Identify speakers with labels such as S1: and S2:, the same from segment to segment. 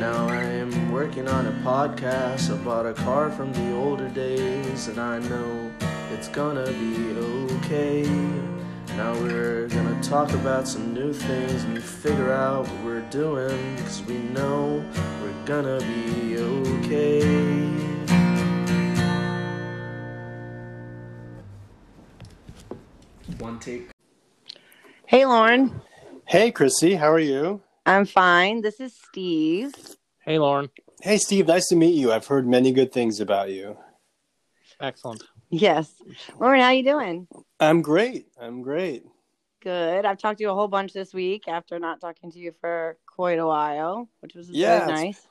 S1: Now I am working on a podcast. I bought a car from the older days, and I know it's gonna be okay. Now we're gonna talk about some new things and figure out what we're doing, cause we know we're gonna be okay. One take.
S2: Hey, Lauren.
S3: Hey, Chrissy, how are you?
S2: I'm fine. This is Steve.
S4: Hey, Lauren.
S3: Hey, Steve, nice to meet you. I've heard many good things about you.
S4: Excellent.
S2: Yes, Lauren, how you doing?
S3: I'm great. I'm great.
S2: Good. I've talked to you a whole bunch this week after not talking to you for quite a while, which was
S3: Yeah,
S2: really
S3: it's-
S2: nice.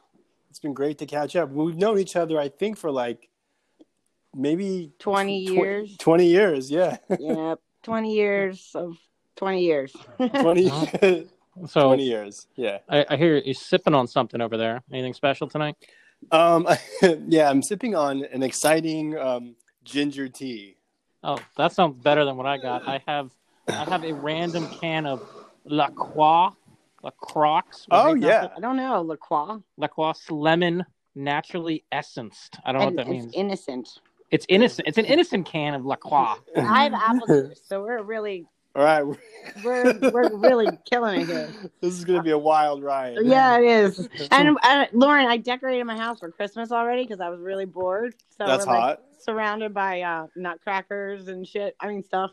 S3: It's been great to catch up. We've known each other, I think, for like maybe
S2: Twenty
S3: tw-
S2: years.
S3: 20 years, yeah.
S2: yep, twenty years of twenty years.
S3: 20,
S4: So
S3: 20 years, yeah.
S4: I, I hear you're sipping on something over there. Anything special tonight?
S3: Um, yeah, I'm sipping on an exciting um, ginger tea.
S4: Oh, that sounds better than what I got. I have I have a random can of La Croix, La Croix.
S3: Oh, yeah.
S2: I don't know, LaCroix.
S4: La Croix lemon naturally essenced. I don't know
S2: and
S4: what that
S2: it's
S4: means.
S2: innocent.
S4: It's innocent. It's an innocent can of La Croix.
S2: I have apple juice, so we're really
S3: All right, we're-
S2: we're we're really killing it here.
S3: this is going to be a wild ride.
S2: Yeah, it is. And uh, Lauren, I decorated my house for Christmas already because I was really bored. So
S3: That's
S2: we're, like,
S3: hot.
S2: surrounded by uh, nutcrackers and shit. I mean stuff.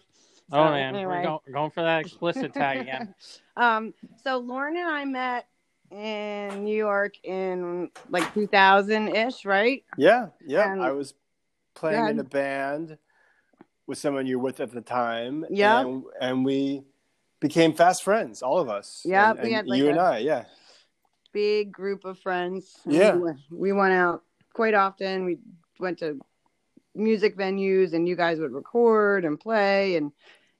S4: Oh
S2: So,
S4: man, we're, go- we're going for that explicit tag again.
S2: um, so Lauren and I met in New York in like 2000 ish, right?
S3: Yeah, yeah.
S2: And-
S3: I was playing
S2: Yeah.
S3: in a band with someone you were with at the time.
S2: Yeah.
S3: And, and we became fast friends, all of us.
S2: Yeah,
S3: And,
S2: we
S3: and
S2: had, like,
S3: you and
S2: a-
S3: I, yeah.
S2: Big group of friends.
S3: Yeah.
S2: We went, we went out quite often. We went to music venues and you guys would record and play and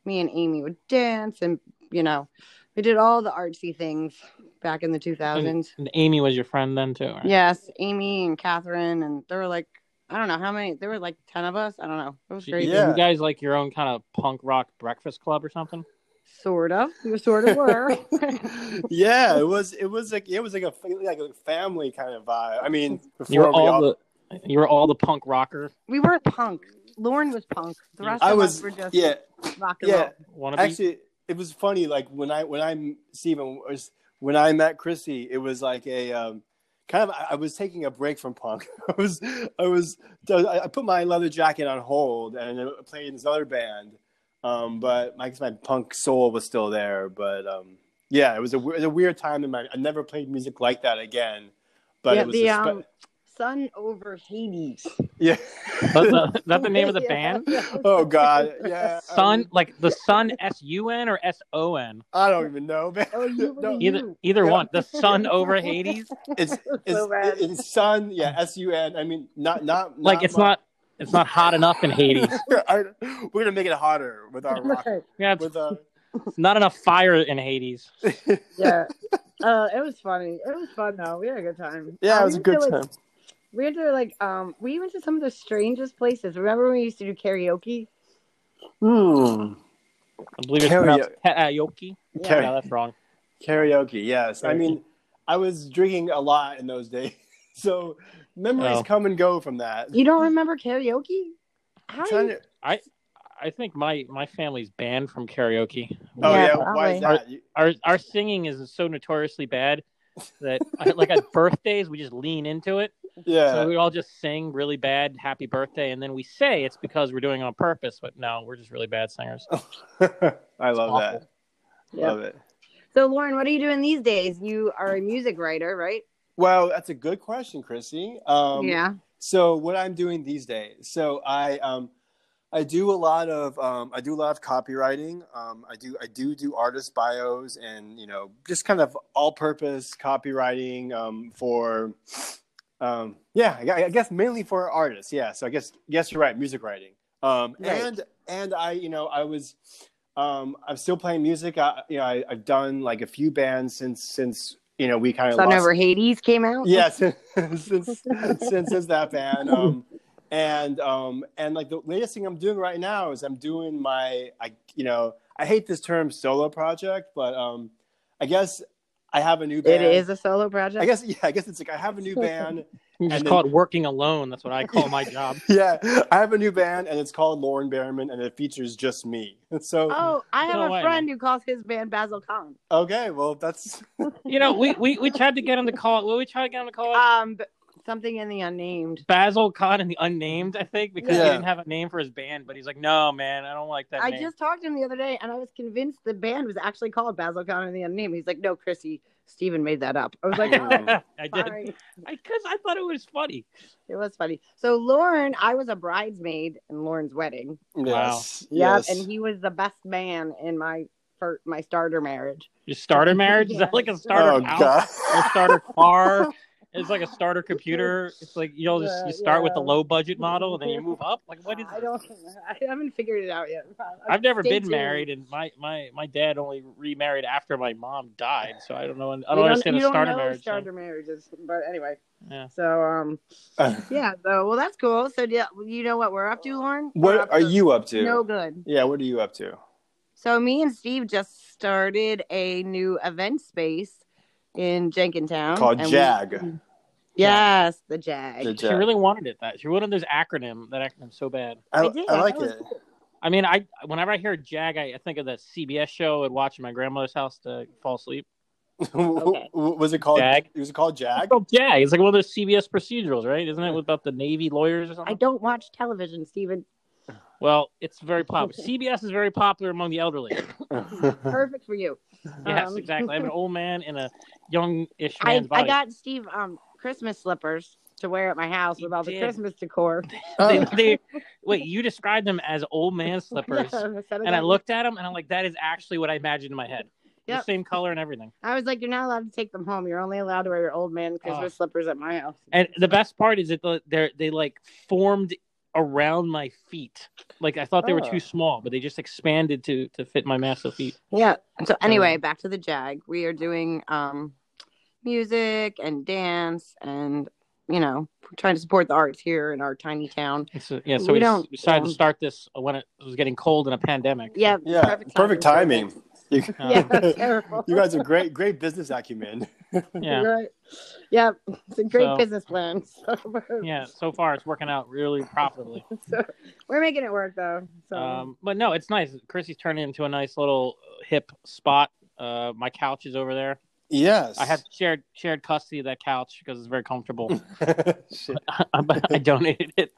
S2: me and Amy would dance and you know, we did all the artsy things back in the
S4: Hmm.
S2: 2000s.
S4: And Amy was your friend then too. right?
S2: Yes, Amy and Catherine, and there were like I don't know how many. There were like ten of us. I don't know. It was
S4: You,
S2: crazy.
S3: Yeah.
S4: you guys like your own kind of punk rock breakfast club or something?
S2: Sort of. We sort of were.
S3: yeah, it was it was like it was like a like a family kind of vibe. I mean, before
S4: You were
S3: we
S4: all
S3: all-
S4: the you were all the punk rocker.
S2: we weren't punk. Lauren was punk. The rest
S3: I
S2: of
S3: was-
S2: us were just
S3: yeah,
S2: rock and
S3: yeah.
S2: roll.
S4: Wannabe?
S3: Actually, it was funny. Like when I when I Stephen was when I met Chrissy, it was like a um, kind of I I was taking a break from punk. I was I was I I put my leather jacket on hold and I played in this other band, um, but my 'cause my punk soul was still there. But um, yeah, it was a, we- it was a weird time in my. I never played music like that again. But
S2: Yeah,
S3: it was
S2: the,
S3: a spe-
S2: um, Sun over Hades.
S3: yeah.
S4: That's the, is that the name of the
S2: Yeah.
S4: band?
S3: oh God, yeah. I
S4: Sun,
S3: mean,
S4: like the sun, S U N or S O N?
S3: I don't even know, man.
S2: Oh, you were
S3: No,
S2: the
S4: Either
S2: You.
S4: either
S3: Yeah.
S4: one. The sun over Hades.
S3: it's it's,
S2: So bad.
S3: it's sun yeah s u n i mean not not
S4: Like it's not it's not hot enough in Hades.
S3: I- we're gonna make it hotter with our rock
S4: Yeah, it's,
S3: with uh
S4: it's not enough fire in Hades.
S2: Yeah. Uh, it was funny. It was fun though. We had a good time.
S3: yeah
S2: Uh,
S3: it was a
S2: we went
S3: good
S2: to, like,
S3: time
S2: We went to like um. We went to some of the strangest places. Remember when we used to do karaoke?
S3: Hmm.
S4: I believe it's
S3: Karaoke.
S4: pronounced karaoke.
S3: Karaoke.
S4: No, that's wrong.
S3: karaoke yes i mean i was drinking a lot in those days so memories
S4: Oh.
S3: come and go from that
S2: You don't remember karaoke? How do
S3: Trying
S2: you?
S3: to-
S4: I think my my family's banned from karaoke.
S3: oh
S2: Yeah,
S3: yeah, why is
S4: probably.
S3: that You-
S4: Our our singing is so notoriously bad that like at birthdays we just lean into it. So
S3: yeah
S4: we all just sing really bad happy birthday and then we say it's because we're doing it on purpose, but no, we're just really bad singers.
S3: i love that
S2: Yeah.
S3: love it
S2: So, Lauren, what are you doing these days? You are a music writer, right?
S3: well that's a good question chrissy um
S2: yeah.
S3: so what i'm doing these days so i um I do a lot of um, I do a lot of copywriting. Um, I do I do do artist bios and you know just kind of all purpose copywriting um, for um, yeah I, I guess mainly for artists. Yeah, so I guess yes you're right, music writing. Um,
S2: Right.
S3: And and I you know I was um, I'm still playing music. I you know I, I've done like a few bands since since you know we kind of
S2: Sun
S3: lost
S2: Over Hades came out.
S3: yeah since since since, since that band um and um and like the latest thing i'm doing right now is i'm doing my i you know i hate this term solo project but um i guess i have a new
S2: it
S3: band
S2: is a solo project.
S3: i guess yeah i guess it's like i have a new band
S4: You just
S3: And
S4: call it working alone. That's what I call my job.
S3: yeah i have a new band and it's called lauren Behrman, and it features just me so
S2: Oh, I have
S4: No
S2: a
S4: way.
S2: friend who calls his band Basil Kong.
S3: okay well that's
S4: You know, we, we, we tried to get him to call it. Well, we tried to get him to
S3: Oh.
S4: call it
S2: Um, but something in the unnamed.
S4: Basil Khan and the Unnamed, I think, because he
S3: Yeah.
S4: didn't have a name for his band. But he's like, no, man, I don't like that
S2: I
S4: name.
S2: just talked to him the other day, and I was convinced the band was actually called Basil Kong and the unnamed. He's like, "No, Chrissy, Steven made that up." I was like, oh,
S4: I did.
S2: "Sorry."
S4: Because I, thought it was funny.
S2: It was funny. So Lauren, I was a bridesmaid in Lauren's wedding.
S3: yes
S2: Yeah,
S3: yes.
S2: and he was the best man in my for my starter marriage.
S4: Your starter marriage is that like a starter
S3: oh
S4: house,
S3: god
S4: a starter car. It's like a starter computer. It's like you'll just
S2: Yeah,
S4: you start with the
S2: yeah.
S4: low budget model, and then you move up. Like what is?
S2: I
S4: this?
S2: don't. I haven't figured it out yet.
S4: I've never
S2: Stay
S4: been
S2: tuned.
S4: married, and my, my, my dad only remarried after my mom died, so I don't know. I don't,
S2: You
S4: understand
S2: you
S4: the
S2: don't
S4: starter
S2: know
S4: marriage. thing.
S2: Starter marriages, but anyway.
S4: Yeah.
S2: So um, yeah. So well, that's cool. So yeah, you know what we're up to, Lauren? We're
S3: what
S2: up
S3: are
S2: to
S3: you up to
S2: No Um, good.
S3: yeah what are you up to
S2: So me and Steve just started a new event space in Jenkintown
S3: called
S2: and we-
S3: jag
S2: yes, the Jag.
S3: The
S4: She
S3: Jag.
S4: really wanted it. That she wanted this acronym. That acronym so bad.
S2: I did, I
S3: like
S2: thought it
S3: it.
S2: was cool.
S4: I mean, I whenever I hear Jag, I, I think of that CBS show and watching my grandmother's house to fall asleep.
S2: Okay.
S3: was it called
S4: Jag.
S3: Was it called Jag?
S4: Oh, Jag. It's like one of those CBS procedurals, right? Isn't it about the Navy lawyers or
S2: I
S4: something?
S2: don't watch television, Steven.
S4: Well, it's very popular. CBS is very popular among the elderly.
S2: Perfect for you.
S4: Yes,
S2: Um,
S4: exactly. I'm an old man in a young-ish
S2: I,
S4: man's
S2: I
S4: body.
S2: got Steve um Christmas slippers to wear at my house
S4: You
S2: with all the
S4: did.
S2: Christmas decor.
S4: They- they- wait, you described them as old man slippers,
S2: Yeah, I said it
S4: and I
S2: out.
S4: looked at them, and I'm like, that is actually what I imagined in my head. The
S2: Yep.
S4: same color and everything.
S2: I was like, you're not allowed to take them home. You're only allowed to wear your old
S4: Ah.
S2: man Christmas slippers at my house.
S4: And the best part is that the- they're they like formed around my feet. Like I thought they were
S3: Oh.
S4: too small, but they just expanded to to fit my massive feet.
S2: Yeah. So anyway, back to the Jag. We are doing um music and dance and you know we're trying to support the arts here in our tiny town.
S4: And so- yeah, so
S2: We
S4: we, s-
S2: don't-
S4: decided
S2: um,
S4: to start this when it was getting cold in a pandemic.
S2: Yeah.
S3: yeah, perfect timing. You,
S4: Uh,
S2: Yeah, that's terrible.
S3: you guys are great, great business acumen.
S4: yeah,
S2: Right. Yeah. It's a great
S4: So-
S2: business plan. So we're,
S4: yeah. So far, it's working out really profitably.
S2: so we're making it work though. So
S4: Um, but no, it's nice. Chrissy's turned into a nice little hip spot. Uh, my couch is over there.
S3: Yes,
S4: I have shared shared custody of that couch because it's very comfortable.
S3: Shit.
S4: But I donated it.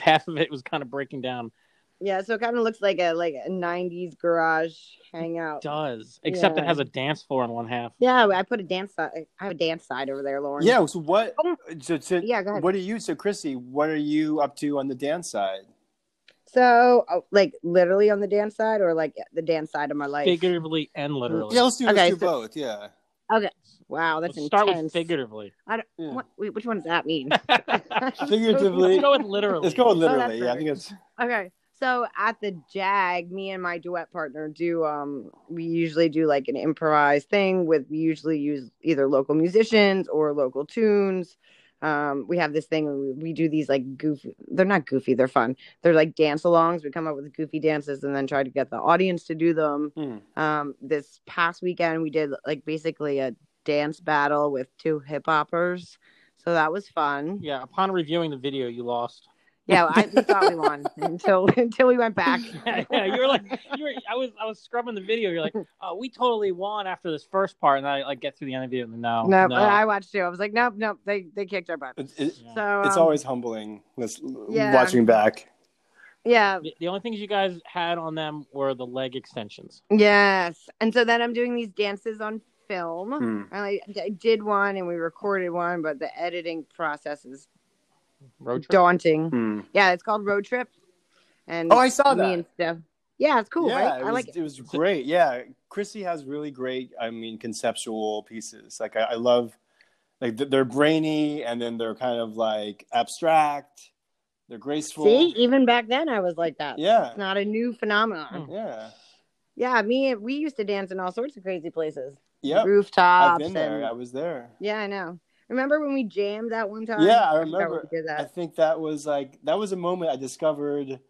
S4: Half of it was kind of breaking down.
S2: Yeah, so it kind of looks like a like a '90s garage hangout.
S4: does, except
S2: Yeah.
S4: it has a dance floor in one half.
S2: Yeah, I put a dance side. I have a dance side over there, Lauren.
S3: Yeah. So what? So, so
S2: yeah. Go ahead.
S3: what are you? So Chrissy, what are you up to on the dance side?
S2: So, oh, like, literally on the dance side, or like the dance side of my life.
S4: Figuratively and literally.
S3: Yeah, let's do,
S2: Okay,
S3: let's do
S2: so-
S3: both. Yeah.
S2: Wow, that's
S4: Let's
S2: intense.
S4: start with figuratively.
S3: yeah.
S2: What, wait, which one does that mean?
S4: Let's
S3: Figuratively.
S4: go with literally.
S3: Let's go with
S2: that's
S3: literally. yeah, I
S2: better.
S3: think it's
S2: Okay. So at the Jag, me and my duet partner do um we usually do like an improvised thing with we usually use either local musicians or local tunes. Um, we have this thing we, we do these like goofy they're not goofy, they're fun. They're like dance alongs. We come up with goofy dances and then try to get the audience to do them.
S3: Hmm.
S2: Um, this past weekend we did like basically a dance battle with two hip hoppers. So that was fun.
S4: Yeah, upon reviewing the video, you lost.
S2: Yeah, I we thought we won until until we went back.
S4: yeah, you were like, you were, I was, I was scrubbing the video. You're like, oh, we totally won after this first part, and I like get through the end of the video. No,
S2: no,
S4: no,
S2: I watched too. I was like, nope, nope. They they kicked our butt.
S3: it, it-
S4: Yeah.
S2: So
S3: it's
S2: um,
S3: always humbling. Let's
S2: yeah.
S3: watching back.
S2: yeah,
S4: The- the only things you guys had on them were the leg extensions.
S2: yes. And so then I'm doing these dances on film.
S3: Hmm.
S2: And I, I did one and we recorded one, but the editing process is
S4: Road trip.
S2: daunting.
S3: Hmm.
S2: Yeah, it's called Road Trip. And
S3: Oh, I saw
S2: me
S3: that.
S2: and Steph. Yeah, it's cool,
S3: yeah,
S2: right?
S3: it
S2: I
S3: was,
S2: like it.
S3: it. was great. Yeah, Chrissy has really great. I mean, conceptual pieces. Like I, I love, like th- they're brainy and then they're kind of like abstract. They're graceful.
S2: See, even back then I was like that.
S3: Yeah,
S2: It's not a new phenomenon.
S4: Hmm.
S3: yeah,
S2: Yeah, me and we used to dance in all sorts of crazy places.
S3: yeah. I've
S2: Rooftops
S3: been
S2: and
S3: there. I was there.
S2: Yeah, I know. Remember when we jammed that one time?
S3: Yeah, I
S2: forgot
S3: remember.
S2: we did
S3: I
S2: that.
S3: think that was like that was a moment I discovered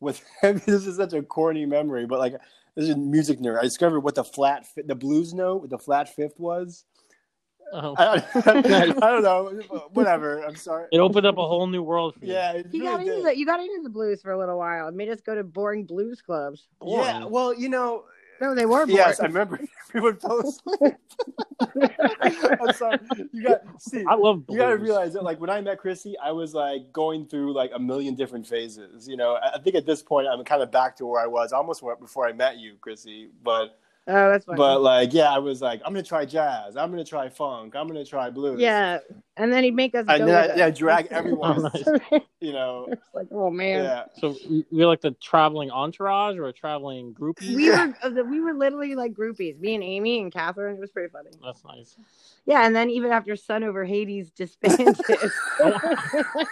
S3: with this is such a corny memory, but like this is a music nerd. I discovered what the flat fi- the blues note with the flat fifth was.
S4: Oh.
S3: I, don't- I don't know. Whatever. I'm sorry.
S4: It opened up a whole new world for you.
S3: Yeah, it
S2: You got
S3: really
S2: into
S3: did.
S2: the you got into the blues for a little while. It made us go to boring blues clubs.
S3: Yeah, well, you know,
S2: No, they were boring.
S3: yes, I remember everyone fell asleep. I'm sorry. You got see.
S4: I love
S3: You gotta
S4: blues.
S3: realize that, like, when I met Chrissy, I was like going through like a million different phases. You know, I I think at this point I'm kind of back to where I was almost where, before I met you, Chrissy. But,
S2: oh, that's funny.
S3: but like, yeah, I was like, I'm gonna try jazz. I'm gonna try funk. I'm gonna try blues.
S2: yeah, Oh, and then he'd make us.
S3: And
S2: go
S3: then
S2: with
S3: I, yeah,
S2: him.
S3: drag everyone.
S4: Nice.
S3: You know,
S2: It's like, oh man,
S3: yeah.
S4: So you- you're like the traveling entourage or a traveling groupie?
S2: we
S3: Yeah.
S2: were uh, the- we were literally like groupies. Me and Amy and Catherine. It was pretty funny.
S4: That's nice.
S2: Yeah, and then even after Sun Over Hades disbanded,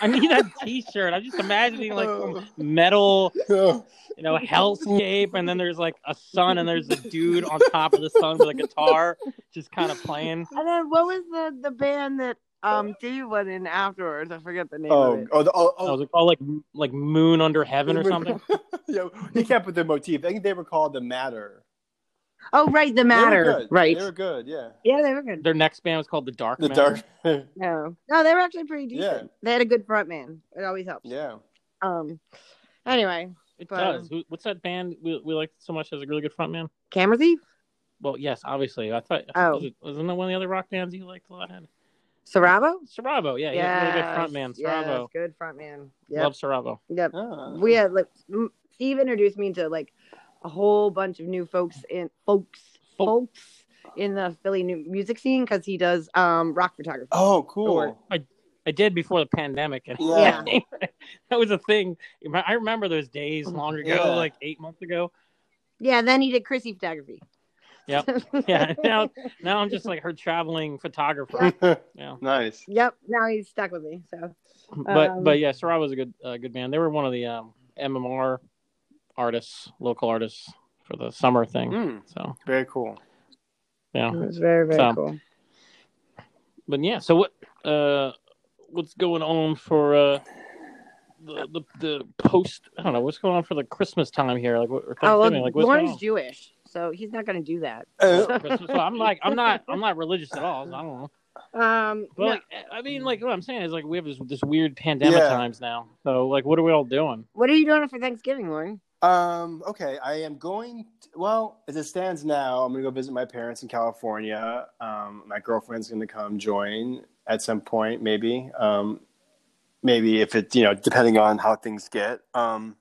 S4: I need that T-shirt. I'm just imagining like
S3: Oh.
S4: some metal, you know, hellscape, and then there's like a sun, and there's a dude on top of the sun with a guitar, just kind of playing.
S2: and then what was the the band that um Dave was in afterwards? I forget the name of
S3: Oh,
S2: it.
S3: oh, the, oh,
S4: I
S3: oh.
S4: was like, oh, like like moon under heaven or something.
S3: yeah, he kept with the motif. I think they were called the Matter.
S2: Oh, right, the
S3: They were
S2: matter,
S3: good.
S2: right?
S3: They were good. Yeah.
S2: yeah, they were good.
S4: Their next band was called the Dark.
S3: The
S4: Matter.
S3: dark.
S2: No, no, they were actually pretty
S3: Yeah.
S2: decent. They had a good front man. It always helps.
S3: yeah.
S2: Um. Anyway,
S4: It
S2: But-
S4: does. Who- What's that band we we liked so much as a really good frontman?
S2: camera thief,
S4: Well, yes, obviously. I thought.
S2: Oh.
S4: was it, wasn't that one of the other rock bands you liked a lot?
S2: Saravo.
S4: Saravo, yeah, yeah, really good frontman. Saravo,
S2: good front man. Yep.
S4: love Saravo.
S2: Yep.
S3: Ah.
S2: We had like m- Steve introduced me to like a whole bunch of new folks in folks
S4: Folk.
S2: folks in the Philly new music scene because he does um rock photography.
S3: Oh, cool.
S4: I did before the pandemic, and
S3: Yeah.
S4: that was a thing. I remember those days long ago,
S3: Yeah.
S4: like eight months ago.
S2: Yeah. Then he did Chrissy photography.
S4: Yep. Yeah, now now I'm just like her traveling photographer. Yeah,
S3: nice.
S2: Yep. Now he's stuck with me. So
S4: but
S2: Um,
S4: but yeah, Saravo was a good uh, good band. They were one of the um, MMR artists, local artists for the summer thing.
S3: Mm,
S4: So
S3: very cool.
S4: yeah,
S2: it was very very
S4: Oh. So-
S2: cool.
S4: but yeah. So what uh, what's going on for uh? The, the the post I don't know what's going on for the Christmas time here like what or
S2: Oh, well,
S4: Thanksgiving like what's going
S2: Lauren's
S4: on?
S2: Jewish, so he's not going to do that.
S3: Uh,
S4: Christmas. So I'm like, I'm not, I'm not religious at all. So I don't know.
S2: Um,
S4: But
S2: no.
S4: like, I mean, like, what I'm saying is like, we have this, this weird pandemic
S3: Yeah.
S4: times now. So like, what are we all doing?
S2: What are you doing for Thanksgiving, Lauren?
S3: um, okay, I am going. t well, as it stands now, I'm going to go visit my parents in California. Um, my girlfriend's going to come join at some point, maybe. Um, maybe if it, you know, depending on how things get. Um,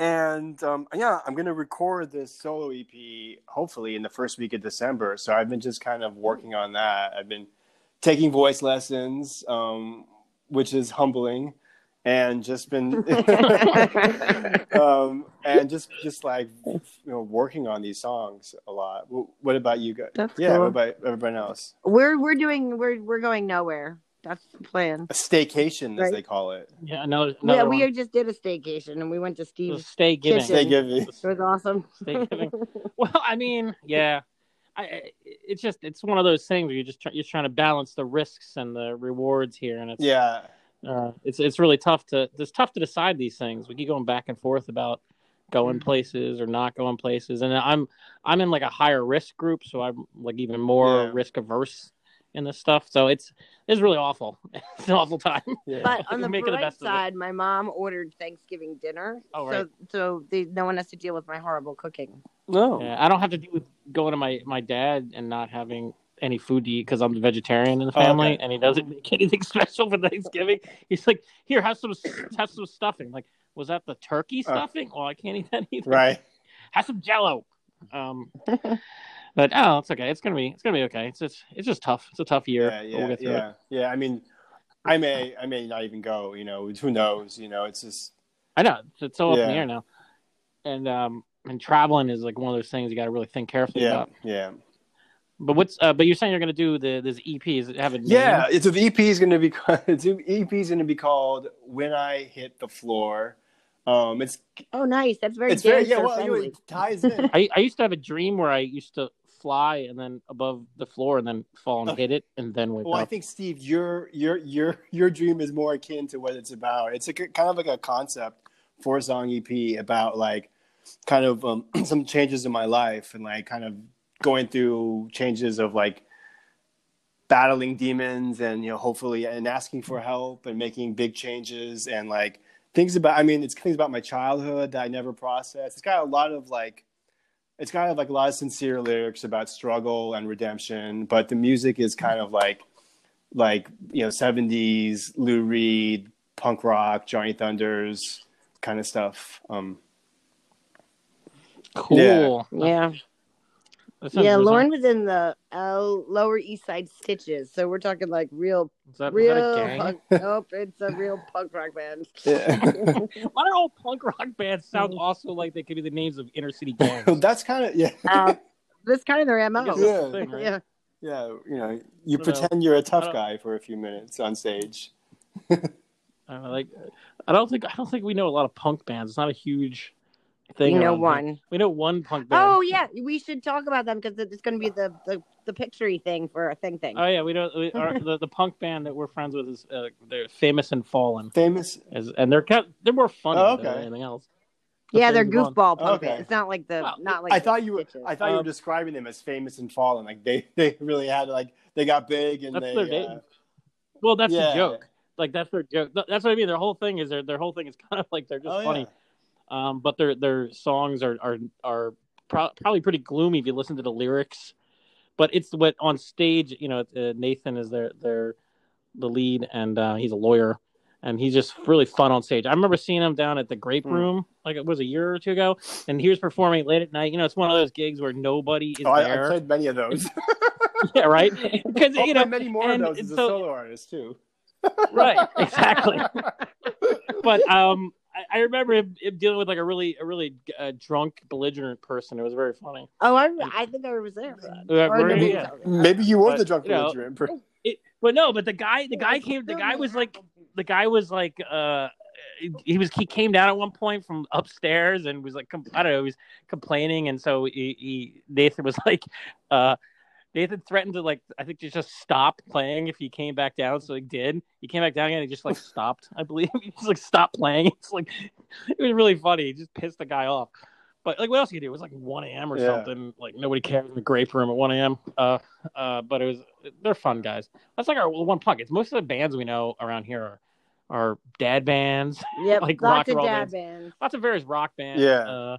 S3: and um, yeah, I'm going to record this solo EP hopefully in the first week of December. So I've been just kind of working on that. I've been taking voice lessons, um, which is humbling, and just been um, and just just like you know working on these songs a lot. Wh- What about you guys?
S2: That's
S3: yeah,
S2: cool.
S3: what about everyone else?
S2: We're we're doing we're we're going nowhere. That's the plan.
S3: A staycation, as
S2: Right.
S3: they call it.
S4: Yeah, another, another
S2: Yeah,
S4: one.
S2: we just did a staycation and we went to Steve's.
S4: Just stay giving.
S2: Kitchen.
S3: Stay giving.
S2: It was awesome.
S4: Stay giving. Well, I mean, yeah. I, I- it's just it's one of those things where you just try, you're trying to balance the risks and the rewards here, and it's
S3: Yeah,
S4: uh, it's it's really tough to it's tough to decide these things. We keep going back and forth about
S3: Mm-hmm.
S4: going places or not going places, and I'm I'm in like a higher risk group, so I'm like even more
S3: Yeah.
S4: risk averse in this stuff. So it's it's really awful. it's an awful time.
S3: yeah.
S2: But on the
S4: Make it the
S2: bright
S4: best of it.
S2: side, my mom ordered Thanksgiving dinner,
S4: Oh,
S2: so so they, no one has to deal with my horrible cooking.
S3: no.
S4: Yeah, I don't have to deal with going to my my dad and not having any food to eat because I'm the vegetarian in the
S3: Oh, okay.
S4: family, and he doesn't make anything special for Thanksgiving. He's like, here, have some have some stuffing. Like, was that the turkey
S3: Oh.
S4: stuffing? Well, I can't eat that either.
S3: Right.
S4: have some jello. Um, but oh, it's okay. It's gonna be it's gonna be okay. It's just it's just tough. It's a tough year.
S3: Yeah,
S4: but
S3: yeah,
S4: we'll get through
S3: yeah, yeah. I mean, I may, I may not even go. You know, who knows? You know, it's just
S4: I know it's, it's so up in
S3: Yeah.
S4: the air now, and um, and traveling is like one of those things you got to really think carefully
S3: Yeah,
S4: about.
S3: yeah,
S4: But what's uh, but you're saying you're going to do the this EP? Is it have a name?
S3: yeah. It's the EP is going to be ca- it's EP is going to be called "When I Hit the Floor." Um, it's
S2: Oh, nice. That's very
S3: it's very
S2: gangster
S3: yeah. Well, you know,
S2: friendly.
S3: it ties in.
S4: I, I used to have a dream where I used to fly and then above the floor and then fall and hit it and then wake
S3: Oh. well, I
S4: up.
S3: think Steve, your your your your dream is more akin to what it's about. It's a k- kind of like a concept for a song EP about like kind of um, some changes in my life and like kind of going through changes of like battling demons and you know hopefully and asking for help and making big changes and like things about i mean it's things about my childhood that i never processed it's got a lot of like it's kind of like a lot of sincere lyrics about struggle and redemption but the music is kind of like like you know 70s lou reed punk rock johnny thunders kind of stuff um
S4: cool.
S3: yeah.
S2: Yeah.
S4: That sounds
S2: Yeah,
S4: interesting.
S2: Lauren was in the uh, Lower East Side Stitches, so we're talking like real,
S4: Is that, is
S2: real.
S4: that a gang?
S2: Punk, nope, it's a real punk rock band.
S3: yeah.
S4: Why do all punk rock bands sound
S2: Mm.
S4: also like they could be the names of inner city gangs?
S3: that's kind of yeah
S2: Uh, that's kind of their
S4: I
S2: mo.
S4: guess that's
S2: Yeah,
S3: Yeah.
S4: the thing, right?
S3: yeah you know you
S4: I don't know.
S3: pretend you're a
S4: I
S3: tough
S4: don't-
S3: guy for a few minutes on stage
S4: I don't know, like, I don't think I don't think we know a lot of punk bands. It's not a huge thing.
S2: you know
S4: around here.
S2: one.
S4: We know one punk band.
S2: Oh yeah, we should talk about them because it's going to be the, the the picturey thing for a thing thing.
S4: Oh yeah, we know we, our, the the punk band that we're friends with is uh, they're famous and fallen,
S3: famous
S4: as, and they're kind they're more funny
S3: Oh,
S4: than
S3: okay.
S4: anything else.
S2: yeah, they're
S4: But they're gone.
S2: goofball punk
S3: Okay.
S2: band. It's not like the
S4: Well,
S2: not like
S3: I
S2: the
S3: thought you were.
S2: Stitches.
S3: I thought you were
S4: Um,
S3: describing them as famous and fallen. Like they, they really had like they got big and
S4: That's
S3: they.
S4: their
S3: uh,
S4: name. Well, that's
S3: yeah.
S4: the joke. Like that's their joke. Th- That's what I mean. Their whole thing is their their whole thing is kind of like they're just
S3: Oh,
S4: funny. Um, but their their songs are are are pro- probably pretty gloomy if you listen to the lyrics. But it's what on stage, you know, uh, Nathan is their their the lead, and uh, he's a lawyer, and he's just really fun on stage. I remember seeing him down at the Grape
S3: Hmm.
S4: Room, like it was a year or two ago, and he was performing late at night. You know, it's one of those gigs where nobody is
S3: Oh, I, I
S4: there,
S3: played many of those.
S4: yeah, right? Because
S3: I'll
S4: you
S3: play
S4: know,
S3: many more
S4: and
S3: of those as a
S4: so-
S3: solo artist too.
S4: right, exactly. but um, I, I remember him, him dealing with like a really a really uh, drunk belligerent person. It was very funny.
S2: Oh, I, I think I was there. For that.
S4: Uh,
S2: Or
S4: very-
S2: maybe-
S4: yeah.
S3: Maybe you were
S4: But,
S3: the drunk
S4: you know,
S3: belligerent. per-
S4: It, but no, but the guy the guy came the guy was like the guy was like uh he was he came down at one point from upstairs and was like compl- I don't know he was complaining and so he, he Nathan was like uh Nathan threatened to like I think to just stop playing if he came back down so he did he came back down again and he just like stopped I believe he just like stopped playing it's like it was really funny he just pissed the guy off but like what else you do it was like 1 a.m or
S3: Yeah.
S4: something like nobody cared in the grape room at 1 a.m uh uh but it was they're fun guys that's like our one punk it's most of the bands we know around here are are dad bands
S2: Yep,
S4: Like rock
S2: lots
S4: and
S2: of
S4: roll
S2: dad bands.
S4: lots of various rock bands.
S3: Yeah.
S4: Uh,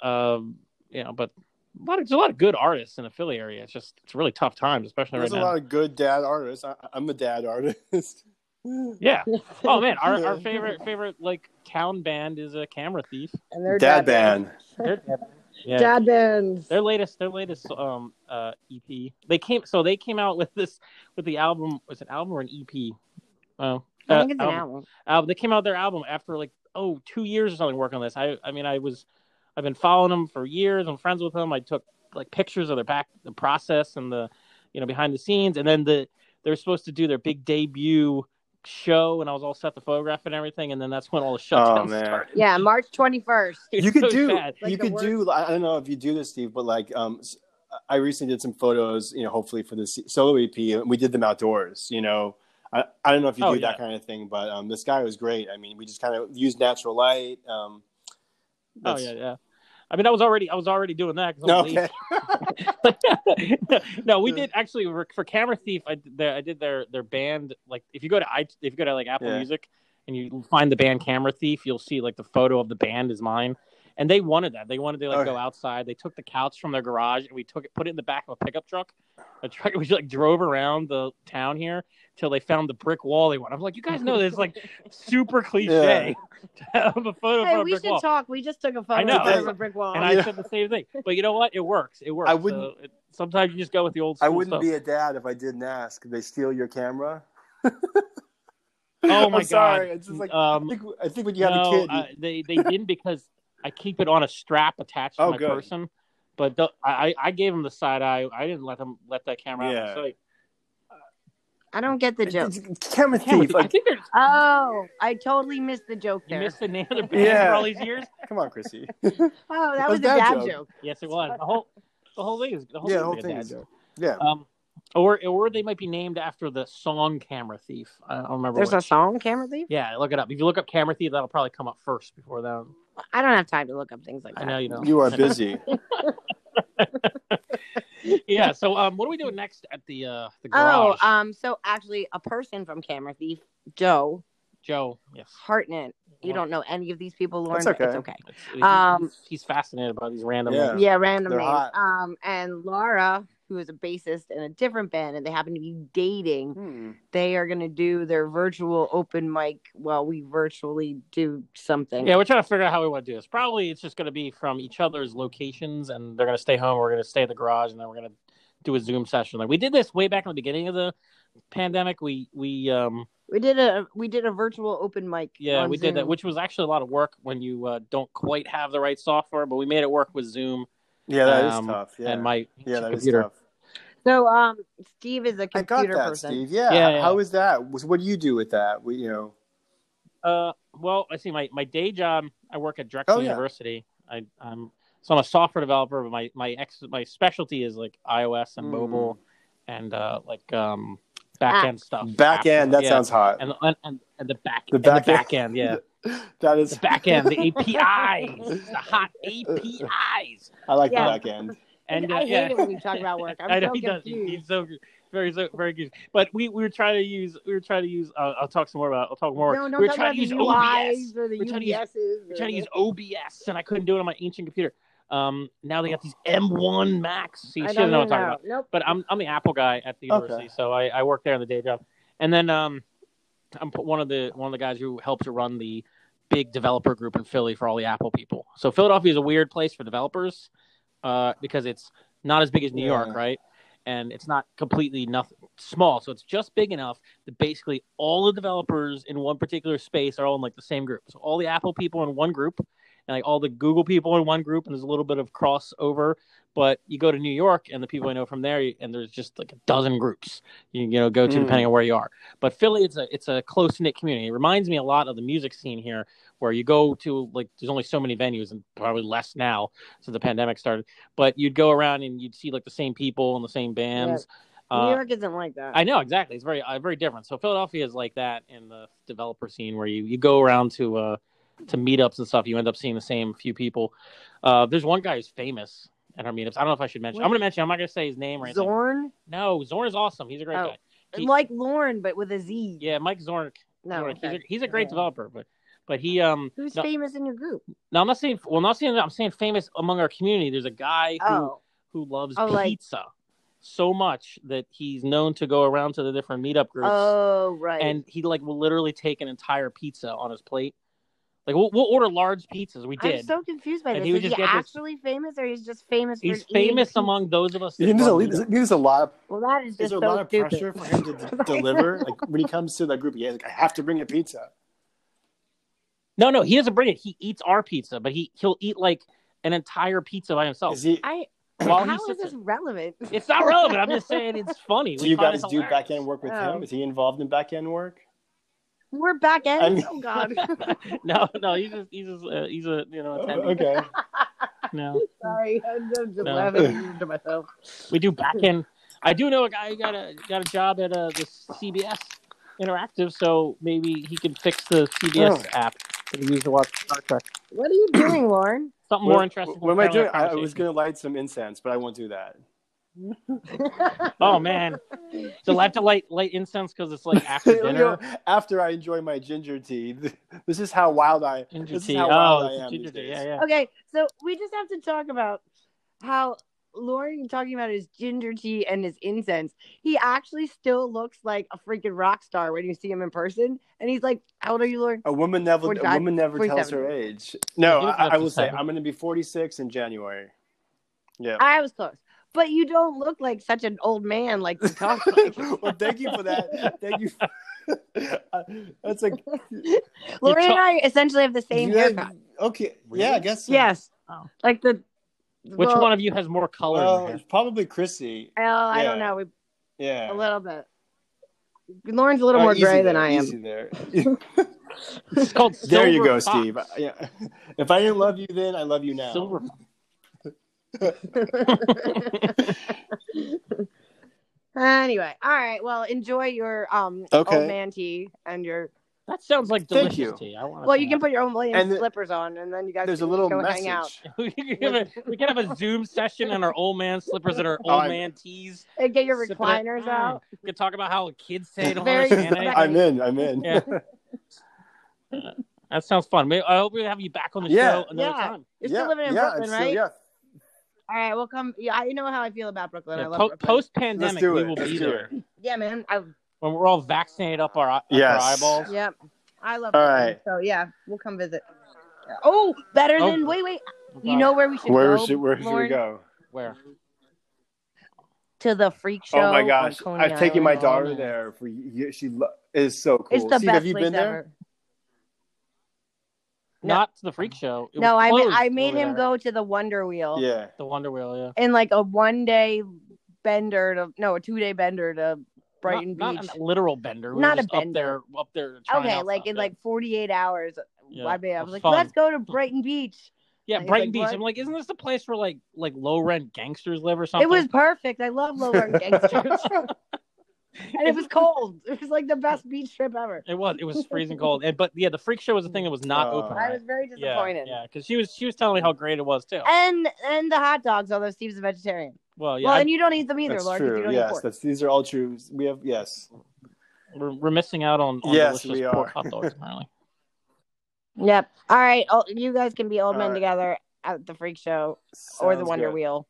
S4: uh, um, you know, but a lot of, there's a lot of good artists in the Philly area. It's just it's really tough times, especially
S3: There's
S4: right
S3: a
S4: now.
S3: lot of good dad artists. I, I'm a dad artist.
S4: Yeah. Oh man, our, our favorite favorite like town band is a Camera Thief.
S2: And they're
S3: dad band.
S4: They're, yeah.
S2: Dad bands.
S4: Their latest their latest um uh EP. They came so they came out with this with the album was it an album or an EP? Oh.
S2: I
S4: uh,
S2: think it's an album.
S4: album. They came out with their album after like oh two years or something working on this. I I mean I was I've been following them for years. I'm friends with them. I took like pictures of their back the process and the you know behind the scenes. And then the they were supposed to do their big debut show, and I was all set to photograph and everything. And then that's when all the shutdowns
S3: Oh man.
S4: started.
S2: Yeah, March twenty first.
S4: It's
S3: you could
S4: so
S3: do
S4: sad.
S2: Like
S3: you
S2: the
S3: could
S2: worst-
S3: do i don't know if you do this steve but like um s- i recently did some photos you know hopefully for this solo ep and we did them outdoors you know i, I don't know if you
S4: Oh,
S3: do
S4: yeah.
S3: that kind of thing but um this guy was great i mean we just kind of used natural light um
S4: Oh
S3: that's-
S4: yeah, yeah. I mean, I was already I was already doing that. 'cause I'm
S3: no,
S4: lazy.
S3: okay.
S4: no, we did actually for, for Camera Thief. I did, their, I did their their band. Like if you go to i if you go to like Apple
S3: Yeah.
S4: Music and you find the band Camera Thief, you'll see like the photo of the band is mine. And they wanted that. They wanted to like
S3: Okay.
S4: go outside. They took the couch from their garage and we took it, put it in the back of a pickup truck. A truck we like drove around the town here till they found the brick wall they want. I'm like, you guys know this is like super cliche to have a photo
S2: Hey,
S4: from a
S2: we
S4: brick
S2: should
S4: wall.
S2: talk. We just took a photo
S4: know.
S2: in front of a brick wall.
S4: And I said the same thing. But you know what? It works. It works.
S3: I wouldn't-
S4: So it- sometimes you just go with the old.
S3: i
S4: school
S3: wouldn't
S4: stuff.
S3: be a dad if i didn't ask they steal your camera
S4: Oh my
S3: I'm sorry.
S4: God.
S3: It's just like I
S4: um,
S3: think I think when you have
S4: no,
S3: a kid,
S4: uh, they they didn't because I keep it on a strap attached to
S3: Oh,
S4: my
S3: good.
S4: person. But the, I I- I gave him the side eye. I didn't let them let that camera out
S3: Yeah.
S4: of my sight.
S2: I don't get the
S3: you,
S2: joke.
S3: it's camera
S4: Camera
S3: thief.
S4: thief. I
S3: Like,
S4: think they're
S2: Oh, I totally missed the joke
S4: you
S2: there.
S4: missed the name of the band
S3: Yeah.
S4: for all these years.
S3: come on, Chrissy.
S2: oh, that
S3: It
S2: was a dad joke.
S4: Yes, it was the whole the whole thing. Is, the whole
S3: yeah,
S4: thing
S3: the whole
S4: is a
S3: thing
S4: dad
S3: is
S4: joke.
S3: yeah.
S4: Um, or or they might be named after the song "Camera Thief." I don't remember.
S2: There's a
S4: which.
S2: song, Camera Thief?
S4: Yeah, look it up. If you look up "Camera Thief," that'll probably come up first before that.
S2: I don't have time to look up things like that.
S4: I know you know.
S3: You are busy.
S4: yeah. So, um, what are we doing next at the uh the
S2: Oh,
S4: garage?
S2: um, so actually, a person from Camera Thief, Joe
S4: Joe. Yes.
S2: Hartnett. You
S4: Well,
S2: don't know any of these people, Lauren.
S3: That's
S2: but It's
S3: okay.
S2: okay.
S4: it's- he-
S2: Um,
S4: he's, he's fascinated by these random.
S3: Yeah.
S2: Yeah, random
S3: They're
S2: names.
S3: hot.
S2: Um, and Laura, who is a bassist in a different band, and they happen to be dating.
S3: Hmm.
S2: They are going to do their virtual open mic while we virtually do something.
S4: Yeah, we're trying to figure out how we want to do this. Probably it's just going to be from each other's locations, and they're going to stay home. We're going to stay at the garage, and then we're going to do a Zoom session. Like we did this way back in the beginning of the pandemic. We we um
S2: we did a we did a virtual open mic.
S4: yeah
S2: on
S4: we did that,
S2: Zoom.
S4: which was actually a lot of work when you uh, don't quite have the right software, but we made it work with Zoom
S3: Yeah, that is
S4: Um,
S3: tough. Yeah,
S4: and my
S3: yeah, that is
S4: computer.
S3: tough.
S2: so um, Steve is a
S3: I got
S2: computer
S3: that,
S2: person.
S3: Steve. Yeah.
S4: Yeah, yeah.
S3: How is that? Was- What do you do with that? We, you know.
S4: Uh, well, I see. My my day job, I work at Drexel
S3: Oh, yeah.
S4: University. I I'm so I'm a software developer, but my my ex my specialty is like iOS and
S3: Mm.
S4: mobile, and uh like um back end stuff.
S3: Back end. That
S4: Yeah.
S3: sounds hot.
S4: And, and and and the back
S3: The
S4: and
S3: back
S4: the
S3: end.
S4: back end, yeah,
S3: That is.
S4: the back end, the APIs, the hot APIs,
S3: I like
S2: Yeah.
S3: the back end.
S4: and
S2: I
S4: uh,
S2: hate
S4: yeah.
S2: it when we talk about work. I'm
S4: I know
S2: so
S4: he does. He-
S2: confused.
S4: He's so very, so very confused. But we, we were trying to use, we were trying to use. Uh, I'll talk some more about. I'll talk more.
S2: No,
S4: we
S2: don't
S4: were
S2: talk
S4: trying
S2: about
S4: to
S2: the
S4: use
S2: UIs or the
S4: We're trying to use-
S2: UBSs.
S4: We're trying to use OBS, and I couldn't do it on my ancient computer. Um, now they got these M1 Macs. See, she
S2: I
S4: doesn't
S2: don't
S4: know what I'm
S2: even
S4: talking about.
S2: Nope.
S4: But I'm I'm the Apple guy at the
S3: Okay.
S4: university, so I, I work there in the day job, and then um, I'm p- one of the one of the guys who helps run the big developer group in Philly for all the Apple people. So Philadelphia is a weird place for developers, uh, because it's not as big as New York,
S3: Yeah.
S4: right? And it's not completely nothing small, so it's just big enough that basically all the developers in one particular space are all in like the same group. So all the Apple people in one group, and like all the Google people in one group, and there's a little bit of crossover. But you go to New York, and the people I know from there, and there's just like a dozen groups you you know go to
S3: Mm.
S4: depending on where you are. But Philly, it's a it's a close knit community. It reminds me a lot of the music scene here, where you go to like there's only so many venues, and probably less now since the pandemic started. But you'd go around and you'd see like the same people and the same bands.
S2: New
S4: Uh,
S2: York isn't like that.
S4: I know exactly. It's very uh, very different. So Philadelphia is like that in the developer scene where you, you go around to uh to meetups and stuff. You end up seeing the same few people. Uh, there's one guy who's famous at our meetups. I don't know if I should mention. I'm going to mention. I'm not going to say his name right now.
S2: Zorn,
S4: No, Zorn is awesome. He's a great
S2: Oh.
S4: guy. He-
S2: like Lauren, but with a Z.
S4: Yeah, Mike Zorn.
S2: no,
S4: Zorn,
S2: okay.
S4: he's, a, he's a great
S2: Yeah.
S4: developer, but but he um.
S2: Who's
S4: no,
S2: famous in your group?
S4: no, I'm not saying. Well, not saying. that. I'm saying famous among our community. There's a guy who
S2: Oh,
S4: who loves
S2: Oh, like-
S4: pizza so much that he's known to go around to the different meetup groups.
S2: oh, right.
S4: and he like will literally take an entire pizza on his plate. Like we'll, we'll order large pizzas. We
S2: I'm
S4: did.
S2: so confused by
S4: And
S2: this.
S4: he would
S2: Is
S4: just
S2: he
S4: get this-
S2: actually famous, or he's just famous?
S4: He's
S2: for eating
S4: famous
S2: pizza?
S4: among those of us. That
S3: There's a,
S4: run
S3: there's, there's a lot of
S2: Well, that is
S3: there's
S2: just
S3: a
S2: so
S3: lot of
S2: stupid.
S3: pressure for him to d- deliver. Like when he comes to that group, yeah, like I have to bring a pizza.
S4: no, no, he doesn't bring it. He eats our pizza, but he he'll eat like an entire pizza by himself.
S3: Is he?
S2: I.
S4: While he
S2: how is
S4: sits
S2: this
S4: it.
S2: relevant?
S4: It's not relevant. I'm just saying it's funny.
S3: Do
S4: We
S3: you
S4: find
S3: guys
S4: it
S3: do
S4: hilarious.
S3: back end work with
S2: Oh.
S3: him? Is he involved in back end work?
S2: We're back end.
S3: I mean-
S2: oh God.
S4: no, no, he's just he's just uh, he's a you know attendee.
S3: Oh, okay.
S4: No,
S2: Sorry, I'm just
S4: No.
S2: laughing to myself.
S4: we do back end. I do know a guy who got a got a job at uh, this CBS Interactive, so maybe he can fix the CBS
S3: Oh.
S4: app that he used to watch Star Trek.
S2: What are you doing, Lauren?
S4: Something
S3: What-
S4: more interesting.
S3: What am I
S4: than
S3: doing?
S4: that
S3: I, I was
S4: conversation.
S3: going to light some incense, but I won't do that.
S4: Oh man, so I have to light light incense because it's like after
S3: You know,
S4: dinner.
S3: after I enjoy my ginger tea, this is how wild I.
S4: Ginger
S3: This is
S4: tea.
S3: how wild
S4: Oh,
S3: I am.
S4: ginger
S3: these
S4: tea.
S3: days.
S4: Yeah, yeah.
S2: Okay, so we just have to talk about how Lauren talking about his ginger tea and his incense. He actually still looks like a freaking rock star when you see him in person, and he's like, "How old are you, Lauren?"
S3: A woman never. A
S2: 45,
S3: woman never tells
S2: 47.
S3: her age. No,
S4: You don't
S3: I,
S4: have
S3: I
S4: to
S3: will say
S4: say.
S3: I'm going to be 46 in January. Yeah.
S2: I was close, but you don't look like such an old man like you talk like.
S3: well, thank you for that. Thank you. For, That's like
S2: Lauren
S4: You're
S2: and I essentially have the same
S3: Yeah,
S2: haircut.
S3: okay. Yeah,
S4: Really?
S3: I guess. so.
S2: Yes.
S4: Oh.
S2: Like the.
S4: Which one of you has more color?
S3: Well,
S4: in
S3: it's probably Chrissy.
S2: Well, I don't
S3: Yeah.
S2: know. We,
S3: Yeah.
S2: a little bit. Lauren's a little more gray than I am.
S3: There.
S4: there? It's called
S3: there you
S4: Silver
S3: go,
S4: Fox.
S3: Steve. Yeah. If I didn't love you then, I love you now.
S4: Silver.
S2: anyway, all right. Well, enjoy your um
S3: Okay.
S2: old man tea and your
S4: That sounds like
S3: Thank
S4: delicious
S3: you.
S4: tea. I want.
S2: well. You can put your own
S3: And
S2: Williams
S3: the-
S2: slippers on, and then you guys
S3: There's a
S2: can
S3: little
S2: go
S3: message.
S2: hang out.
S4: we can have a, we can have a Zoom session on our old man slippers and our
S3: Oh,
S4: old
S3: I'm-
S4: man tees.
S2: And get your
S4: Sip it.
S2: recliners
S4: Mm.
S2: out.
S4: We can talk about how kids say they don't
S2: Very
S4: understand it.
S2: respectful.
S3: I'm in. I'm in.
S4: Yeah. That sounds fun. Maybe- I hope we have you back on the
S3: Yeah.
S4: show another
S2: Yeah.
S4: time.
S2: You're
S3: Yeah,
S2: still living in
S3: yeah,
S2: Brooklyn,
S3: I'm still-
S2: right?
S3: yeah.
S2: All right, we'll come. Yeah, I- you know how I feel about Brooklyn. I love Brooklyn.
S4: Post
S3: Let's
S4: pandemic,
S3: do
S4: we
S3: it.
S4: will
S3: Let's
S4: be
S3: do
S4: there
S2: Yeah, man. I,
S4: when we're all vaccinated up our, up
S3: Yes.
S4: our eyeballs.
S2: yep. I love.
S3: All
S2: Brooklyn,
S3: right.
S2: So yeah, we'll come visit. Oh, better
S4: Oh.
S2: than wait, wait. You know where we should
S3: Where
S2: go?
S3: should where should we
S2: Lauren?
S3: go?
S4: where?
S2: To the freak show.
S3: oh my
S2: on
S3: gosh!
S2: Coney
S3: I've taken my
S2: Island.
S3: daughter there for years. She lo- is so cool.
S2: It's the
S3: Steve,
S2: best
S3: have you
S2: place
S3: been there?
S2: ever. No.
S4: Not to the freak show. It
S2: No,
S4: was
S2: I made,
S4: closed
S2: I made
S4: over
S2: him
S4: there.
S2: go to the Wonder Wheel
S3: Yeah.
S4: the Wonder Wheel. Yeah,
S2: in like a one day bender to no a two day bender to Brighton
S4: not,
S2: Beach.
S4: Not a literal bender. We
S2: Not
S4: were
S2: a
S4: just
S2: bender.
S4: Up there, up there. trying
S2: okay,
S4: out
S2: like in
S4: something.
S2: like forty eight hours.
S4: Yeah,
S2: I mean, I
S4: it
S2: was
S4: was
S2: like,
S4: fun.
S2: let's go to Brighton Beach.
S4: yeah,
S2: he's
S4: Brighton
S2: like,
S4: Beach.
S2: what?
S4: I'm like, isn't this the place where like like low rent gangsters live or something?
S2: It was perfect. I love Lower Gangsters. and it was cold. It was like the best beach trip ever.
S4: It was. It was freezing cold. And but yeah, the freak show was a thing that was not
S3: Oh.
S4: open.
S2: I
S4: right?
S2: was very
S4: Yeah,
S2: disappointed.
S4: Yeah, because she was she was telling me how great it was too.
S2: And and the hot dogs, although Steve's a vegetarian.
S4: Well, yeah,
S2: well,
S4: I-
S2: and you don't eat them either,
S3: That's
S2: Lauren. 'cause You
S3: true.
S2: don't eat
S3: Yes,
S2: pork.
S3: that's these are all true. We have yes.
S4: we're, we're missing out on, on
S3: Yes, we
S4: delicious
S3: are.
S4: pork hot dogs apparently.
S2: Yep. All right. Oh, you guys can be old
S3: All
S2: men
S3: right.
S2: together at the freak show or the
S3: Sounds
S2: Wonder
S3: good.
S2: Wheel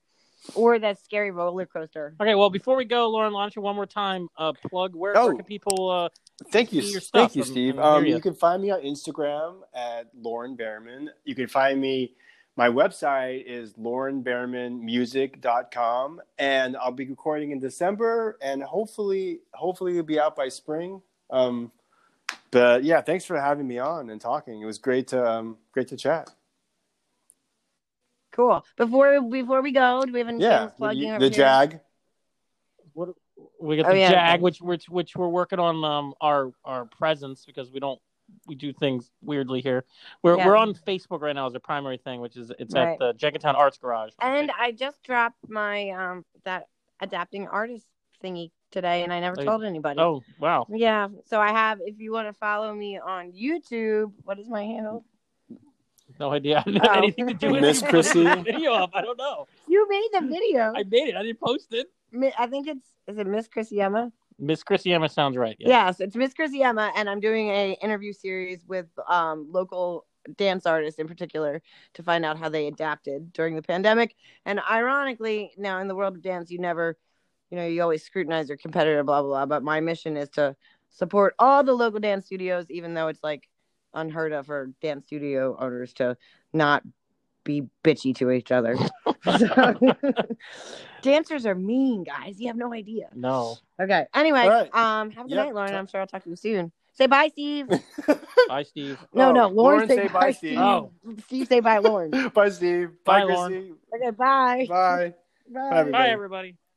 S2: or that scary roller coaster.
S4: Okay, well, before we go, Lauren, why don't you one more time uh, plug where,
S3: Oh.
S4: where can people? Uh,
S3: Thank you,
S4: See your
S3: thank
S4: stuff
S3: you,
S4: and-
S3: Steve.
S4: and
S3: um,
S4: hear you.
S3: you can find me on Instagram at Lauren Behrman. You can find me. My website is laurenbehrmanmusic.com, and I'll be recording in December, and hopefully, hopefully, it'll be out by spring. Um, but yeah, thanks for having me on and talking. It was great to um, great to chat.
S2: Cool. Before before we go, do we have any
S3: Yeah,
S2: things plugging
S3: the,
S2: over
S3: the
S2: here?
S3: jag.
S4: what, we got
S2: Oh,
S4: the
S2: yeah.
S4: Jag, which which which we're working on um our our presence because we don't we do things weirdly here. We're
S2: Yeah.
S4: we're on Facebook right now as a primary thing, which is it's
S2: Right.
S4: at the Jenkintown Arts Garage. on
S2: And
S4: Facebook.
S2: I just dropped my um that adapting artist thingy today, and I never
S4: Oh, you-
S2: told anybody.
S4: oh wow,
S2: Yeah. So I have. If you want to follow me on YouTube, what is my handle?
S4: no idea. I didn't
S2: Oh.
S4: have anything to do with
S3: Miss
S4: you putting
S3: Chrissy?
S4: that video up. I don't know.
S2: You made the video.
S4: I made it. I didn't post it.
S2: Mi- I think it's is it Miss Chrissy Emma?
S4: Miss Chrissy Emma sounds right. Yeah.
S2: Yes, it's Miss Chrissy Emma, and I'm doing a interview series with um, local dance artists in particular to find out how they adapted during the pandemic. And ironically, now in the world of dance, you never, you know, you always scrutinize your competitor, blah blah blah. But my mission is to support all the local dance studios, even though it's like unheard of for dance studio owners to not be bitchy to each other. So- Dancers are mean, guys. You have no idea.
S4: No.
S2: Okay. Anyway,
S3: All right.
S2: um, have a good
S3: Yep.
S2: night, Lauren. I'm sure I'll talk to you soon. Say bye, Steve.
S4: Bye, Steve.
S2: No,
S3: Oh,
S2: no, Lauren, say, bye, Steve.
S3: Steve.
S4: Oh.
S2: Steve, say bye, Lauren.
S3: bye, Steve.
S4: Bye, Lauren.
S3: Chrissy.
S2: okay, bye.
S3: Bye. Bye,
S4: Bye,
S3: everybody.
S4: everybody.